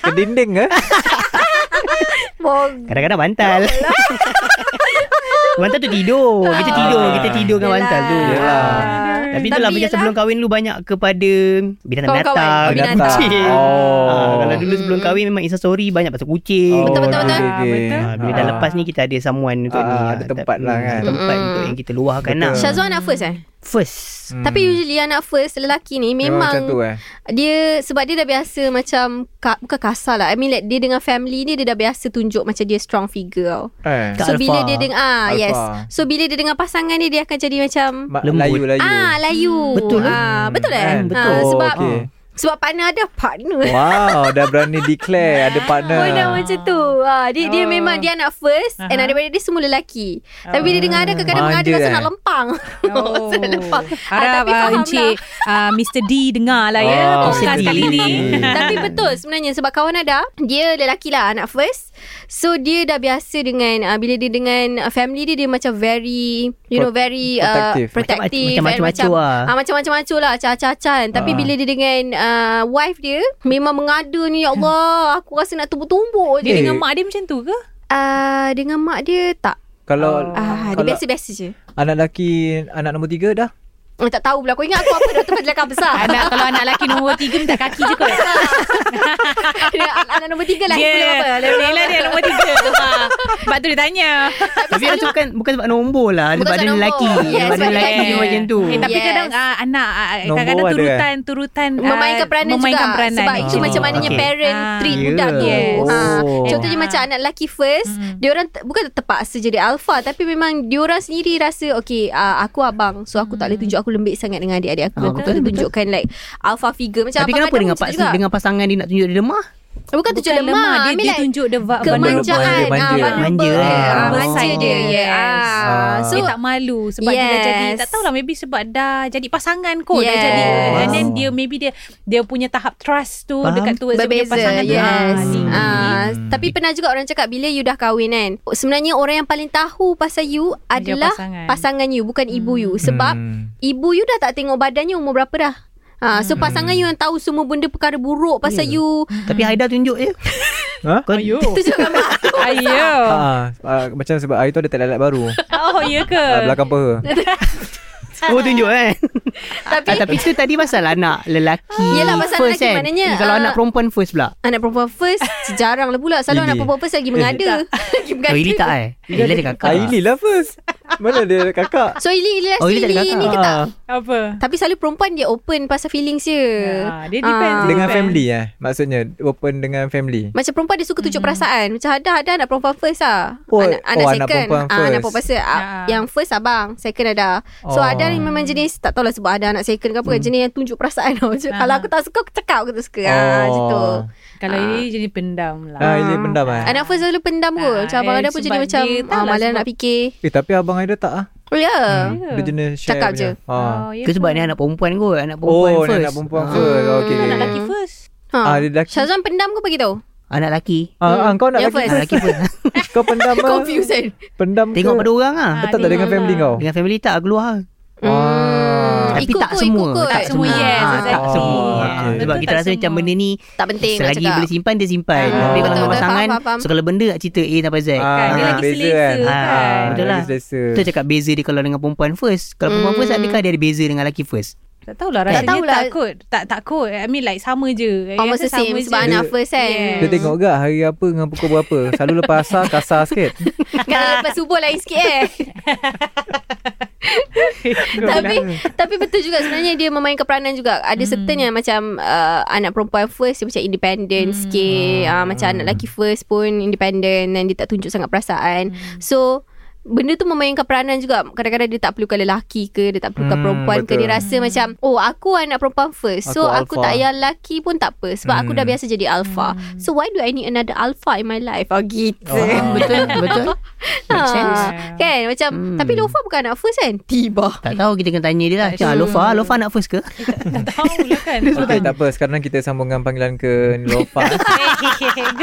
Speaker 4: Ke dinding ke
Speaker 2: Bog.
Speaker 3: kadang-kadang bantal. bantal tu tidur. Kita
Speaker 2: Ah.
Speaker 3: tidur, kita tidur dengan bantal tu.
Speaker 2: lah.
Speaker 3: Ah.
Speaker 4: Yelah.
Speaker 3: Tapi itulah macam sebelum kahwin lu banyak kepada
Speaker 2: Kawan-kawan,
Speaker 3: binatang-binatang,
Speaker 2: binatang.
Speaker 3: kucing.
Speaker 4: Oh.
Speaker 3: Ah, kalau dulu sebelum kahwin memang Insta story banyak pasal kucing.
Speaker 2: Betul, betul,
Speaker 4: okey,
Speaker 2: betul.
Speaker 4: okey, okey.
Speaker 1: Ah,
Speaker 3: Ah, bila
Speaker 4: Oh,
Speaker 3: dah
Speaker 4: Ah.
Speaker 3: lepas ni kita ada someone untuk
Speaker 4: Ah,
Speaker 3: ni.
Speaker 4: ada
Speaker 3: Ah,
Speaker 4: tempat
Speaker 3: tak-
Speaker 4: lah kan.
Speaker 3: Ada Tempat
Speaker 2: eh? Mm-mm.
Speaker 3: untuk yang kita luahkan lah.
Speaker 2: Syazwan anak first eh?
Speaker 3: First.
Speaker 4: Hmm.
Speaker 2: Tapi usually anak first lelaki ni memang,
Speaker 4: macam tu eh
Speaker 2: dia sebab dia dah biasa macam ka, bukan kasar lah. I mean like dia dengan family ni dia dah biasa tunjuk macam dia strong figure tau.
Speaker 4: Eh
Speaker 3: Kat
Speaker 2: so
Speaker 3: Alpha.
Speaker 2: bila dia dengar ah,
Speaker 4: Alpha.
Speaker 2: yes. So bila dia dengan pasangan ni dia akan jadi macam
Speaker 4: Ma-
Speaker 3: Lembut.
Speaker 4: Layu layu
Speaker 2: ah layu.
Speaker 3: Betul, eh?
Speaker 2: Ah betul eh?
Speaker 4: Hmm. Kan?
Speaker 2: Ah,
Speaker 4: Betul.
Speaker 2: sebab
Speaker 4: Okey.
Speaker 2: sebab partner ada partner.
Speaker 4: Wow Dah berani declare Ada partner
Speaker 2: Oh, dah macam tu. Ha, dia, dia memang dia anak first uh-huh. and
Speaker 1: Oh. Aha.
Speaker 2: daripada dia semua lelaki. Tapi bila dengar ada kadang-kadang
Speaker 4: Manja,
Speaker 2: mengajar rasa
Speaker 4: eh?
Speaker 2: nak lempang.
Speaker 1: Oh.
Speaker 2: rasa nak lempang. Ah,
Speaker 1: Harap
Speaker 2: tapi
Speaker 1: ah,
Speaker 2: faham lah.
Speaker 1: Encik ah, Mr. D dengar lah ya
Speaker 4: Ah,
Speaker 1: Podcast
Speaker 3: Mr. D.
Speaker 1: kali ni
Speaker 2: Tapi betul sebenarnya sebab kawan ada dia lelaki lah anak first. So dia dah biasa dengan uh, bila dia dengan uh, family dia dia macam very you
Speaker 4: Pro-
Speaker 2: know very uh,
Speaker 4: protective.
Speaker 2: protective
Speaker 3: Macam- macam-
Speaker 2: and
Speaker 3: macam-macam lah.
Speaker 2: ah, macam-macam acuh lah acah-acahan. Tapi
Speaker 4: Ah.
Speaker 2: bila dia dengan uh, wife dia memang mengada ni ya Allah aku rasa nak tumbuk-tumbuk je.
Speaker 1: Dia
Speaker 4: Eh.
Speaker 1: dengan mak dia macam tu ke?
Speaker 2: Uh, dengan mak dia tak
Speaker 4: Kalau
Speaker 2: Ah, dia
Speaker 4: Kalau-
Speaker 2: biasa-biasa je.
Speaker 4: Anak lelaki Anak nombor tiga dah
Speaker 2: Eh, tak tahu pula. Kau ingat aku apa dah tu belakang besar.
Speaker 1: Anak kalau anak lelaki nombor tiga minta kaki je kot.
Speaker 2: Dia anak, anak nombor tiga lah.
Speaker 1: Ya, Dia,
Speaker 2: Yeah. Apa, Ah.
Speaker 1: Leila dia nombor tiga. Ha. Sebab tu dia tanya.
Speaker 3: Tapi macam bukan bukan sebab nombor lah
Speaker 2: Bukan
Speaker 3: Sebab
Speaker 2: sebab
Speaker 3: dia
Speaker 2: nombor.
Speaker 3: lelaki
Speaker 2: Yes,
Speaker 3: Sebab dia
Speaker 2: sebab
Speaker 3: lelaki
Speaker 2: lelaki.
Speaker 3: dia macam tu
Speaker 1: Eh, tapi
Speaker 2: Yes.
Speaker 1: kadang uh, anak uh,
Speaker 4: Nombor
Speaker 1: kadang-kadang
Speaker 4: ada, eh?
Speaker 1: turutan turutan ah,
Speaker 2: Memainkan peranan
Speaker 1: memainkan
Speaker 2: juga
Speaker 1: peranan.
Speaker 2: Sebab itu
Speaker 4: Oh,
Speaker 2: macam mananya
Speaker 3: okay.
Speaker 2: Parent
Speaker 1: Ah.
Speaker 2: treat
Speaker 3: Yeah.
Speaker 2: budak tu
Speaker 1: Yes.
Speaker 2: ha.
Speaker 4: Oh.
Speaker 2: Contohnya
Speaker 1: Ah.
Speaker 2: macam anak lelaki first
Speaker 1: Mm.
Speaker 2: Diorang t- Bukan terpaksa jadi alpha Tapi memang Diorang sendiri rasa Okay uh, aku abang So aku tak boleh tunjuk Aku lembik sangat dengan adik-adik aku
Speaker 3: Ah,
Speaker 2: Aku
Speaker 3: betul,
Speaker 2: tak boleh
Speaker 3: betul.
Speaker 2: tunjukkan like Alpha figure Macam
Speaker 3: Tapi
Speaker 2: abang
Speaker 3: kenapa
Speaker 2: Adam
Speaker 3: dengan,
Speaker 2: macam tu
Speaker 3: pas- dengan pasangan dia nak tunjuk dia lemah
Speaker 2: Bukan tunjuk lemah, I
Speaker 1: Dia,
Speaker 2: mean
Speaker 1: dia
Speaker 2: like,
Speaker 1: tunjuk the va-
Speaker 4: Kemanjaan.
Speaker 2: Kemanjaan
Speaker 4: Manja.
Speaker 2: Ah, vulnerable.
Speaker 3: Manja, eh.
Speaker 2: Ah,
Speaker 3: Ah.
Speaker 2: Manja dia Yes Ah,
Speaker 4: Ah.
Speaker 2: So
Speaker 1: dia tak malu sebab yes. dia dah jadi
Speaker 2: Yes.
Speaker 1: tak tahulah maybe sebab dah jadi pasangan kot dah
Speaker 2: Yes.
Speaker 1: jadi and then
Speaker 4: Wow.
Speaker 1: dia maybe dia dia punya tahap trust tu
Speaker 3: Faham?
Speaker 1: dekat towards dia punya
Speaker 2: Berbeza
Speaker 1: pasangan tu.
Speaker 2: Yes
Speaker 1: Ah, ni.
Speaker 4: Hmm.
Speaker 2: Ah, Tapi pernah juga orang cakap Bila you dah kahwin kan Sebenarnya orang yang paling tahu Pasal you Adalah
Speaker 1: pasangan.
Speaker 2: pasangan. pasangan you Bukan ibu you Sebab
Speaker 4: Hmm.
Speaker 2: Ibu you dah tak tengok badannya Umur berapa dah Ha, so
Speaker 3: Hmm.
Speaker 2: pasangan you yang tahu semua benda perkara buruk pasal
Speaker 3: Ya.
Speaker 2: yeah. you
Speaker 3: Tapi Haida tunjuk je
Speaker 4: Ha?
Speaker 3: Kau
Speaker 1: Oh.
Speaker 2: tu je gambar aku.
Speaker 1: Ayo.
Speaker 4: Ha, ah, macam sebab hari tu ada telat baru.
Speaker 1: ya. Oh, ya ke?
Speaker 4: Ah, belakang peha.
Speaker 3: Oh tunjuk kan
Speaker 2: Tapi
Speaker 3: ah, Tapi tu tadi pasal anak lelaki
Speaker 2: Yelah, pasal
Speaker 3: first
Speaker 2: lelaki
Speaker 3: kan
Speaker 2: maknanya,
Speaker 3: Kalau
Speaker 2: ah.
Speaker 3: anak perempuan first pula
Speaker 2: anak perempuan first jarang lah pula selalu anak
Speaker 4: Ili.
Speaker 2: perempuan first lagi mengada lagi
Speaker 3: Oh Ili tak eh Ili ada kakak
Speaker 4: Ah, Ili lah first. Mana dia kakak?
Speaker 2: so Ili Ili rasa
Speaker 3: Oh, Ili tak ada
Speaker 2: Ili ni
Speaker 3: kakak.
Speaker 2: ke tak
Speaker 1: Apa?
Speaker 2: tapi selalu perempuan dia open pasal feelings dia
Speaker 3: Ya.
Speaker 1: Ah, dia depends.
Speaker 2: Ah.
Speaker 4: Dengan family eh Maksudnya Open dengan family
Speaker 2: Macam perempuan dia suka tunjuk mm-hmm. perasaan. Macam ada ada anak perempuan first lah.
Speaker 4: Oh,
Speaker 2: anak, anak
Speaker 4: oh, anak
Speaker 2: second.
Speaker 4: perempuan
Speaker 2: Ah, anak
Speaker 4: first.
Speaker 2: perempuan first. Ah,
Speaker 1: Ah.
Speaker 2: Yang first abang, second ada. So
Speaker 4: Oh. Hmm.
Speaker 2: ada yang memang jenis tak tahulah sebab ada anak second ke apa kan jenis yang tunjuk perasaan tau. Macam,
Speaker 1: Ah.
Speaker 2: Kalau aku tak suka aku cakap aku tak suka. Ah macam tu.
Speaker 1: Kalau ini jadi pendam lah.
Speaker 4: Oh. Ah, Ili pendam eh
Speaker 2: Anak first selalu pendam kot.
Speaker 1: Ah,
Speaker 2: Macam abang
Speaker 1: eh,
Speaker 2: ada pun jadi
Speaker 1: sebab
Speaker 2: macam
Speaker 1: dia tak
Speaker 2: ah,
Speaker 1: lah
Speaker 2: malas
Speaker 1: sebab-
Speaker 2: nak fikir.
Speaker 4: Eh tapi abang Aida tak ah.
Speaker 2: Oh ya. Yeah.
Speaker 4: Dia jenis share
Speaker 2: Cakap
Speaker 4: punya.
Speaker 2: je.
Speaker 4: Ah.
Speaker 1: ya
Speaker 3: Itu
Speaker 1: ke?
Speaker 3: sebab ni anak perempuan kot Anak
Speaker 4: Oh,
Speaker 3: perempuan
Speaker 4: dia
Speaker 3: first
Speaker 4: anak perempuan
Speaker 3: Ah.
Speaker 4: first. Okey.
Speaker 1: Anak lelaki first.
Speaker 2: Ha.
Speaker 4: Ah, dia lelaki.
Speaker 2: Syazwan pendam ke bagi tahu?
Speaker 3: Anak lelaki
Speaker 4: Ah, ah, kau
Speaker 2: Yang
Speaker 4: nak lagi
Speaker 2: Ya, first.
Speaker 3: Anak lelaki first
Speaker 4: Kau pendam ah.
Speaker 2: Confused
Speaker 1: eh.
Speaker 2: kan?
Speaker 4: Pendam ke?
Speaker 3: Tengok pada orang lah
Speaker 1: Ah,
Speaker 4: Betul tak dengan
Speaker 1: tengok
Speaker 4: family
Speaker 1: lah.
Speaker 4: kau?
Speaker 3: Dengan family tak keluar lah.
Speaker 4: Ah.
Speaker 3: Tapi
Speaker 2: Hmm. Ikut
Speaker 3: tak
Speaker 2: kot,
Speaker 3: semua
Speaker 2: ikut kot.
Speaker 3: Tak
Speaker 1: Tak semua,
Speaker 3: semua
Speaker 1: yes,
Speaker 3: Ah, Tak
Speaker 4: exactly.
Speaker 3: semua
Speaker 4: Oh, okay.
Speaker 3: Sebab
Speaker 1: Betul,
Speaker 3: kita
Speaker 1: tak
Speaker 3: rasa macam
Speaker 1: semua.
Speaker 3: benda ni
Speaker 2: Tak penting nak
Speaker 3: Selagi
Speaker 2: cakap.
Speaker 3: boleh simpan Dia simpan
Speaker 4: Ah,
Speaker 3: Tapi kalau
Speaker 4: betul,
Speaker 3: dengan
Speaker 4: betul.
Speaker 3: pasangan
Speaker 2: Faham, faham, faham.
Speaker 3: Suka benda nak cerita A sampai Z
Speaker 1: Kan, dia
Speaker 3: Ah.
Speaker 1: lagi selesa
Speaker 3: Ah,
Speaker 1: kan.
Speaker 3: betul lah. Tu
Speaker 4: Betul
Speaker 3: yang cakap beza dia kalau dengan perempuan first Kalau perempuan
Speaker 2: Hmm.
Speaker 3: first Adakah dia ada beza dengan lelaki first
Speaker 1: Tak tahulah rasanya tak
Speaker 2: tahulah.
Speaker 1: tahulah. takut. Tak takut. I mean like sama je.
Speaker 2: Almost
Speaker 1: Rasa
Speaker 2: the same
Speaker 1: sama
Speaker 2: sebab
Speaker 1: je.
Speaker 2: anak first kan.
Speaker 1: Yes.
Speaker 4: Dia tengok gak hari apa dengan pukul berapa. Selalu lepas asar kasar sikit.
Speaker 2: Kalau Kan lepas subuh lain sikit eh Tapi Tapi betul juga Sebenarnya dia memainkan peranan juga Ada certain yang macam uh, Anak perempuan first Dia macam independent hmm. sikit uh, Macam anak lelaki first pun Independent Dan dia tak tunjuk sangat perasaan So Benda tu memainkan peranan juga Kadang-kadang dia tak perlukan lelaki ke Dia tak perlukan
Speaker 4: Hmm,
Speaker 2: hmm, perempuan betul. ke
Speaker 4: betul.
Speaker 2: Dia rasa hmm. macam Oh aku anak perempuan first So
Speaker 4: Aku
Speaker 2: aku,
Speaker 4: alpha.
Speaker 2: tak payah lelaki pun tak apa Sebab aku
Speaker 4: Hmm.
Speaker 2: dah biasa jadi alpha hmm. So why do I need another alpha in my life Oh gitu
Speaker 4: Ah.
Speaker 3: Betul Betul
Speaker 2: Ha,
Speaker 3: sense.
Speaker 2: Kan macam
Speaker 3: Hmm.
Speaker 2: hmm. Tapi Lofa bukan anak first kan Tiba
Speaker 3: Tak tahu kita kena tanya dia lah Macam ah, Lofa Lofa nak first ke
Speaker 1: Tak tahulah kan.
Speaker 4: Okey, tak apa. Sekarang kita sambungkan panggilan ke Nilofa.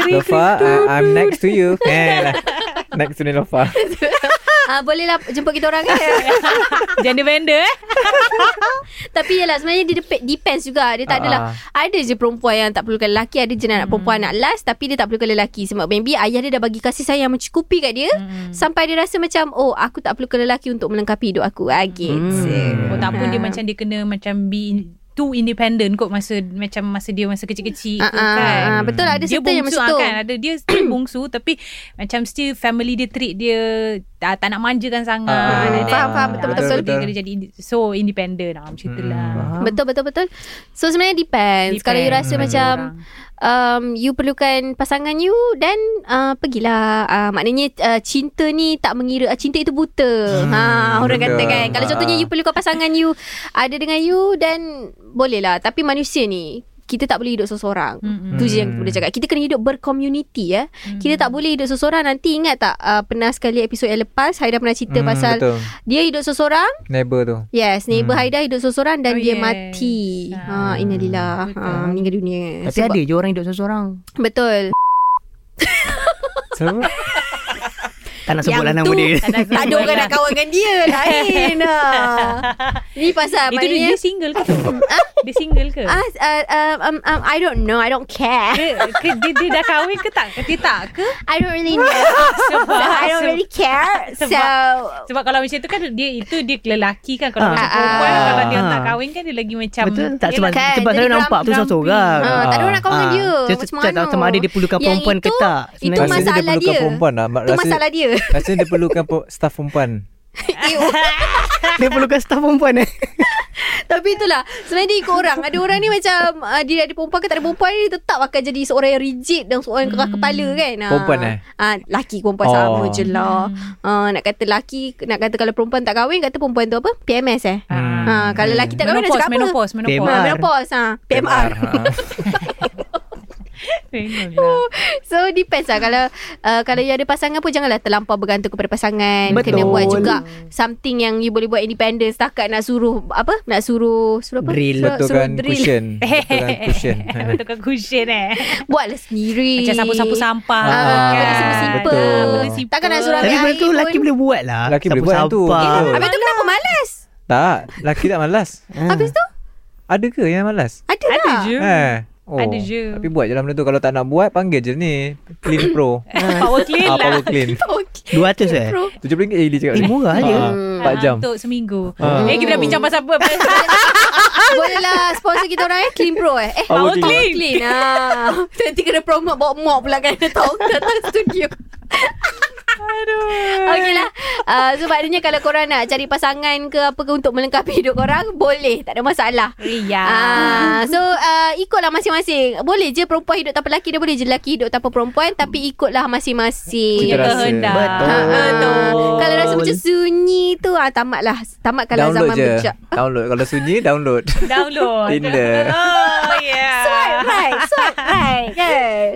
Speaker 1: Geri
Speaker 4: Nilofa, I- I'm next to you. Eh, lah. Next to Nilofa.
Speaker 2: ha, Boleh lah jemput kita orang kan
Speaker 1: Gender bender eh.
Speaker 2: Tapi yelah sebenarnya dia dep- depends juga Dia tak adalah
Speaker 4: Ah.
Speaker 2: Ada je perempuan yang tak perlukan lelaki Ada je anak
Speaker 1: Hmm.
Speaker 2: perempuan nak last Tapi dia tak perlukan lelaki Sebab maybe ayah dia dah bagi kasih sayang mencukupi kat
Speaker 1: Hmm.
Speaker 2: dia Sampai dia rasa macam Oh aku tak perlukan lelaki untuk melengkapi hidup aku ha, gitu
Speaker 3: Hmm.
Speaker 1: Oh, tak pun dia
Speaker 2: Ah.
Speaker 1: macam dia kena macam be in- too independent kot masa macam masa dia masa kecil-kecil
Speaker 2: Ah,
Speaker 1: ke kan.
Speaker 2: ah, ah, Betul lah ada
Speaker 1: dia
Speaker 2: certain yang macam
Speaker 1: bungsu ah,
Speaker 2: tu
Speaker 1: kan ada dia still bungsu tapi macam still family dia treat dia ah, tak nak manjakan sangat
Speaker 4: Ah,
Speaker 1: And then,
Speaker 2: faham, faham,
Speaker 1: ah,
Speaker 2: betul,
Speaker 1: so
Speaker 4: betul. Hmm,
Speaker 1: dia kena jadi indi- so independent ah, macam tu lah
Speaker 3: Faham?
Speaker 2: Betul betul betul So sebenarnya depends, depends. Kalau you rasa
Speaker 1: Depends. Ah.
Speaker 2: macam
Speaker 1: Orang.
Speaker 2: um, you perlukan pasangan you dan uh, pergilah uh, maknanya uh, cinta ni tak mengira uh, cinta itu buta hmm, ha orang
Speaker 4: betul.
Speaker 2: kata kan kalau contohnya
Speaker 4: Ah.
Speaker 2: you perlukan pasangan you ada dengan you dan boleh lah tapi manusia ni kita tak boleh hidup seorang
Speaker 1: Mm-mm.
Speaker 2: mm Tu je yang kita boleh
Speaker 4: Hmm.
Speaker 2: cakap. Kita kena hidup berkomuniti ya.
Speaker 1: hmm.
Speaker 2: Kita tak boleh hidup seorang. Nanti ingat tak uh, pernah sekali episod yang lepas Haida pernah cerita
Speaker 4: Hmm,
Speaker 2: pasal
Speaker 4: Betul.
Speaker 2: dia hidup seorang.
Speaker 4: Neighbor tu.
Speaker 2: Yes, neighbor
Speaker 4: Hmm.
Speaker 2: Haida hidup seorang dan
Speaker 1: Oh,
Speaker 2: dia
Speaker 1: yes.
Speaker 2: mati. Ha
Speaker 1: Ah.
Speaker 2: innalillah.
Speaker 1: Betul.
Speaker 2: Ha meninggal dunia.
Speaker 3: Tapi ada je orang hidup seorang
Speaker 2: betul.
Speaker 4: Siapa?
Speaker 3: Tak nak sebut
Speaker 2: Yang
Speaker 3: lah nama
Speaker 2: tu
Speaker 3: dia.
Speaker 1: tak nak
Speaker 2: Tak ada
Speaker 1: sebut
Speaker 2: orang
Speaker 1: lah.
Speaker 2: nak kawan dengan dia Lain lah Ni pasal
Speaker 1: Itu dia,
Speaker 2: maknanya
Speaker 1: dia single ke? dia single ke?
Speaker 2: eh. ah, uh, um, um, um, I don't know I don't care
Speaker 1: Dia, ke dia, dia dah kahwin ke tak? Dia tak ke?
Speaker 2: I don't really know
Speaker 1: Sebab,
Speaker 2: I don't
Speaker 1: sebab-
Speaker 2: really care So
Speaker 1: Sebab kalau macam tu kan dia itu dia lelaki kan kalau
Speaker 3: Ah.
Speaker 1: macam perempuan
Speaker 3: Ah.
Speaker 1: kalau dia tak kahwin kan dia lagi macam
Speaker 3: Betul tak
Speaker 1: Yelah,
Speaker 3: sebab
Speaker 2: kan,
Speaker 3: sebab
Speaker 2: jadi
Speaker 3: saya
Speaker 2: grumpy,
Speaker 3: nampak tu
Speaker 1: grumpy.
Speaker 3: seorang-seorang.
Speaker 2: Ah, tak ada orang nak kawan dengan dia.
Speaker 3: Dia
Speaker 2: Macam
Speaker 3: tak- tak tahu
Speaker 2: mana?
Speaker 3: sama ada dia perlukan
Speaker 2: Yang
Speaker 3: perempuan ke
Speaker 2: itu-
Speaker 3: tak.
Speaker 2: itu
Speaker 3: Sebenarnya.
Speaker 2: masa-
Speaker 4: Rasanya dia
Speaker 2: masalah
Speaker 4: perlukan
Speaker 2: dia.
Speaker 4: perempuan lah Mak.
Speaker 2: Itu
Speaker 4: Rasa,
Speaker 2: masalah dia
Speaker 4: Rasanya dia perlukan pe- staff perempuan
Speaker 2: Ew.
Speaker 3: Dia perlukan staff perempuan eh.
Speaker 2: Tapi itulah Sebenarnya dia ikut orang Ada orang ni macam uh, Dia ada perempuan ke tak ada perempuan Dia tetap akan jadi seorang yang rigid Dan seorang yang keras kepala kan Ah.
Speaker 4: Perempuan eh?
Speaker 2: Ah, Laki perempuan
Speaker 4: Oh.
Speaker 2: sama je lah Ah, Nak kata laki Nak kata kalau perempuan tak kahwin Kata perempuan tu apa PMS eh
Speaker 4: Hmm.
Speaker 1: Ah.
Speaker 2: ha, Kalau laki tak kahwin nak
Speaker 1: menopause,
Speaker 2: cakap apa
Speaker 1: menopause, menopause,
Speaker 3: Tema.
Speaker 2: Ha, menopause ha. PMR
Speaker 4: ha. Oh.
Speaker 1: menopause.
Speaker 2: So depends lah Kalau uh, Kalau you ada pasangan pun Janganlah terlampau bergantung kepada pasangan
Speaker 3: Betul.
Speaker 2: Kena buat juga Something yang you boleh buat Independent Setakat nak suruh Apa Nak suruh Suruh apa
Speaker 3: Drill.
Speaker 2: Suruh,
Speaker 3: kan,
Speaker 2: suruh
Speaker 4: Betulkan
Speaker 2: drill
Speaker 4: cushion Betulkan cushion
Speaker 1: Betulkan cushion eh.
Speaker 2: Buatlah lah sendiri
Speaker 1: Macam sapu-sapu sampah.
Speaker 4: Ah,
Speaker 1: kan.
Speaker 2: benda simple-simple.
Speaker 1: Betul. Benda simple.
Speaker 2: Takkan nak suruh
Speaker 3: Tapi
Speaker 2: Ambil
Speaker 3: benda tu
Speaker 2: air
Speaker 3: lelaki
Speaker 2: pun.
Speaker 3: boleh buat lah.
Speaker 4: Lelaki boleh buat tu.
Speaker 3: Sapu-sapu.
Speaker 4: Betul.
Speaker 2: Habis tu kenapa malas?
Speaker 4: Tak Lelaki tak malas
Speaker 3: Ah.
Speaker 2: Habis tu
Speaker 4: Ada ke yang malas?
Speaker 2: ada lah.
Speaker 1: Ada je.
Speaker 4: Eh Oh,
Speaker 1: Ada je.
Speaker 4: Tapi buat je lah benda tu Kalau tak nak buat Panggil je ni Clean Pro
Speaker 1: Power clean
Speaker 4: ah,
Speaker 1: lah.
Speaker 4: Power Clean
Speaker 2: Okay.
Speaker 3: 200 eh.
Speaker 4: RM70 je Ili cakap
Speaker 3: Eh, murah je.
Speaker 4: 4 jam
Speaker 1: Untuk seminggu.
Speaker 4: Ah.
Speaker 1: Eh, kita dah bincang pasal apa? Pasal
Speaker 2: Boleh lah sponsor kita orang eh Clean Pro eh. Eh
Speaker 1: power
Speaker 4: Power
Speaker 1: clean.
Speaker 2: clean lah. Nanti kena promote bawa mop pula kan datang datang studio. Aduh. Okey lah. Uh, so maknanya kalau korang nak cari pasangan ke apa ke untuk melengkapi hidup korang boleh. Tak ada masalah.
Speaker 1: Ria.
Speaker 2: Ah, so uh, ikutlah masing-masing. Boleh je perempuan hidup tanpa lelaki, dia boleh je lelaki hidup tanpa perempuan tapi ikutlah masing-masing.
Speaker 1: Punya
Speaker 4: Kita rasa.
Speaker 1: kehendak. Ah,
Speaker 3: Betul.
Speaker 2: Ha, ha.
Speaker 1: Betul.
Speaker 2: Kalau rasa macam sunyi tu ah tamatlah. Tamat kalau
Speaker 4: download
Speaker 2: zaman
Speaker 4: je
Speaker 2: berjak.
Speaker 4: Download Kalau sunyi download
Speaker 1: Download.
Speaker 4: Tinder.
Speaker 1: Oh, yeah.
Speaker 2: Swipe right, swipe right. Kan?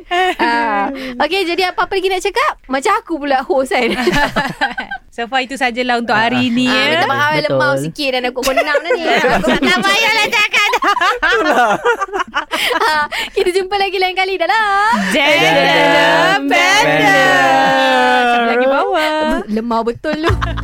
Speaker 2: Ah. okay, jadi apa-apa lagi nak cakap? Macam aku pula host kan.
Speaker 1: So far itu sajalah untuk hari ini.
Speaker 2: Ah, minta
Speaker 1: ya.
Speaker 2: maaf
Speaker 3: Betul.
Speaker 2: lemau sikit dan aku konam dah ni. Aku tak payahlah cakap dah. Ah, Kita jumpa lagi lain kali dalam
Speaker 1: Gender
Speaker 4: Gender
Speaker 1: Bender.
Speaker 4: bender.
Speaker 1: Sampai lagi bawah.
Speaker 2: lemau betul lu.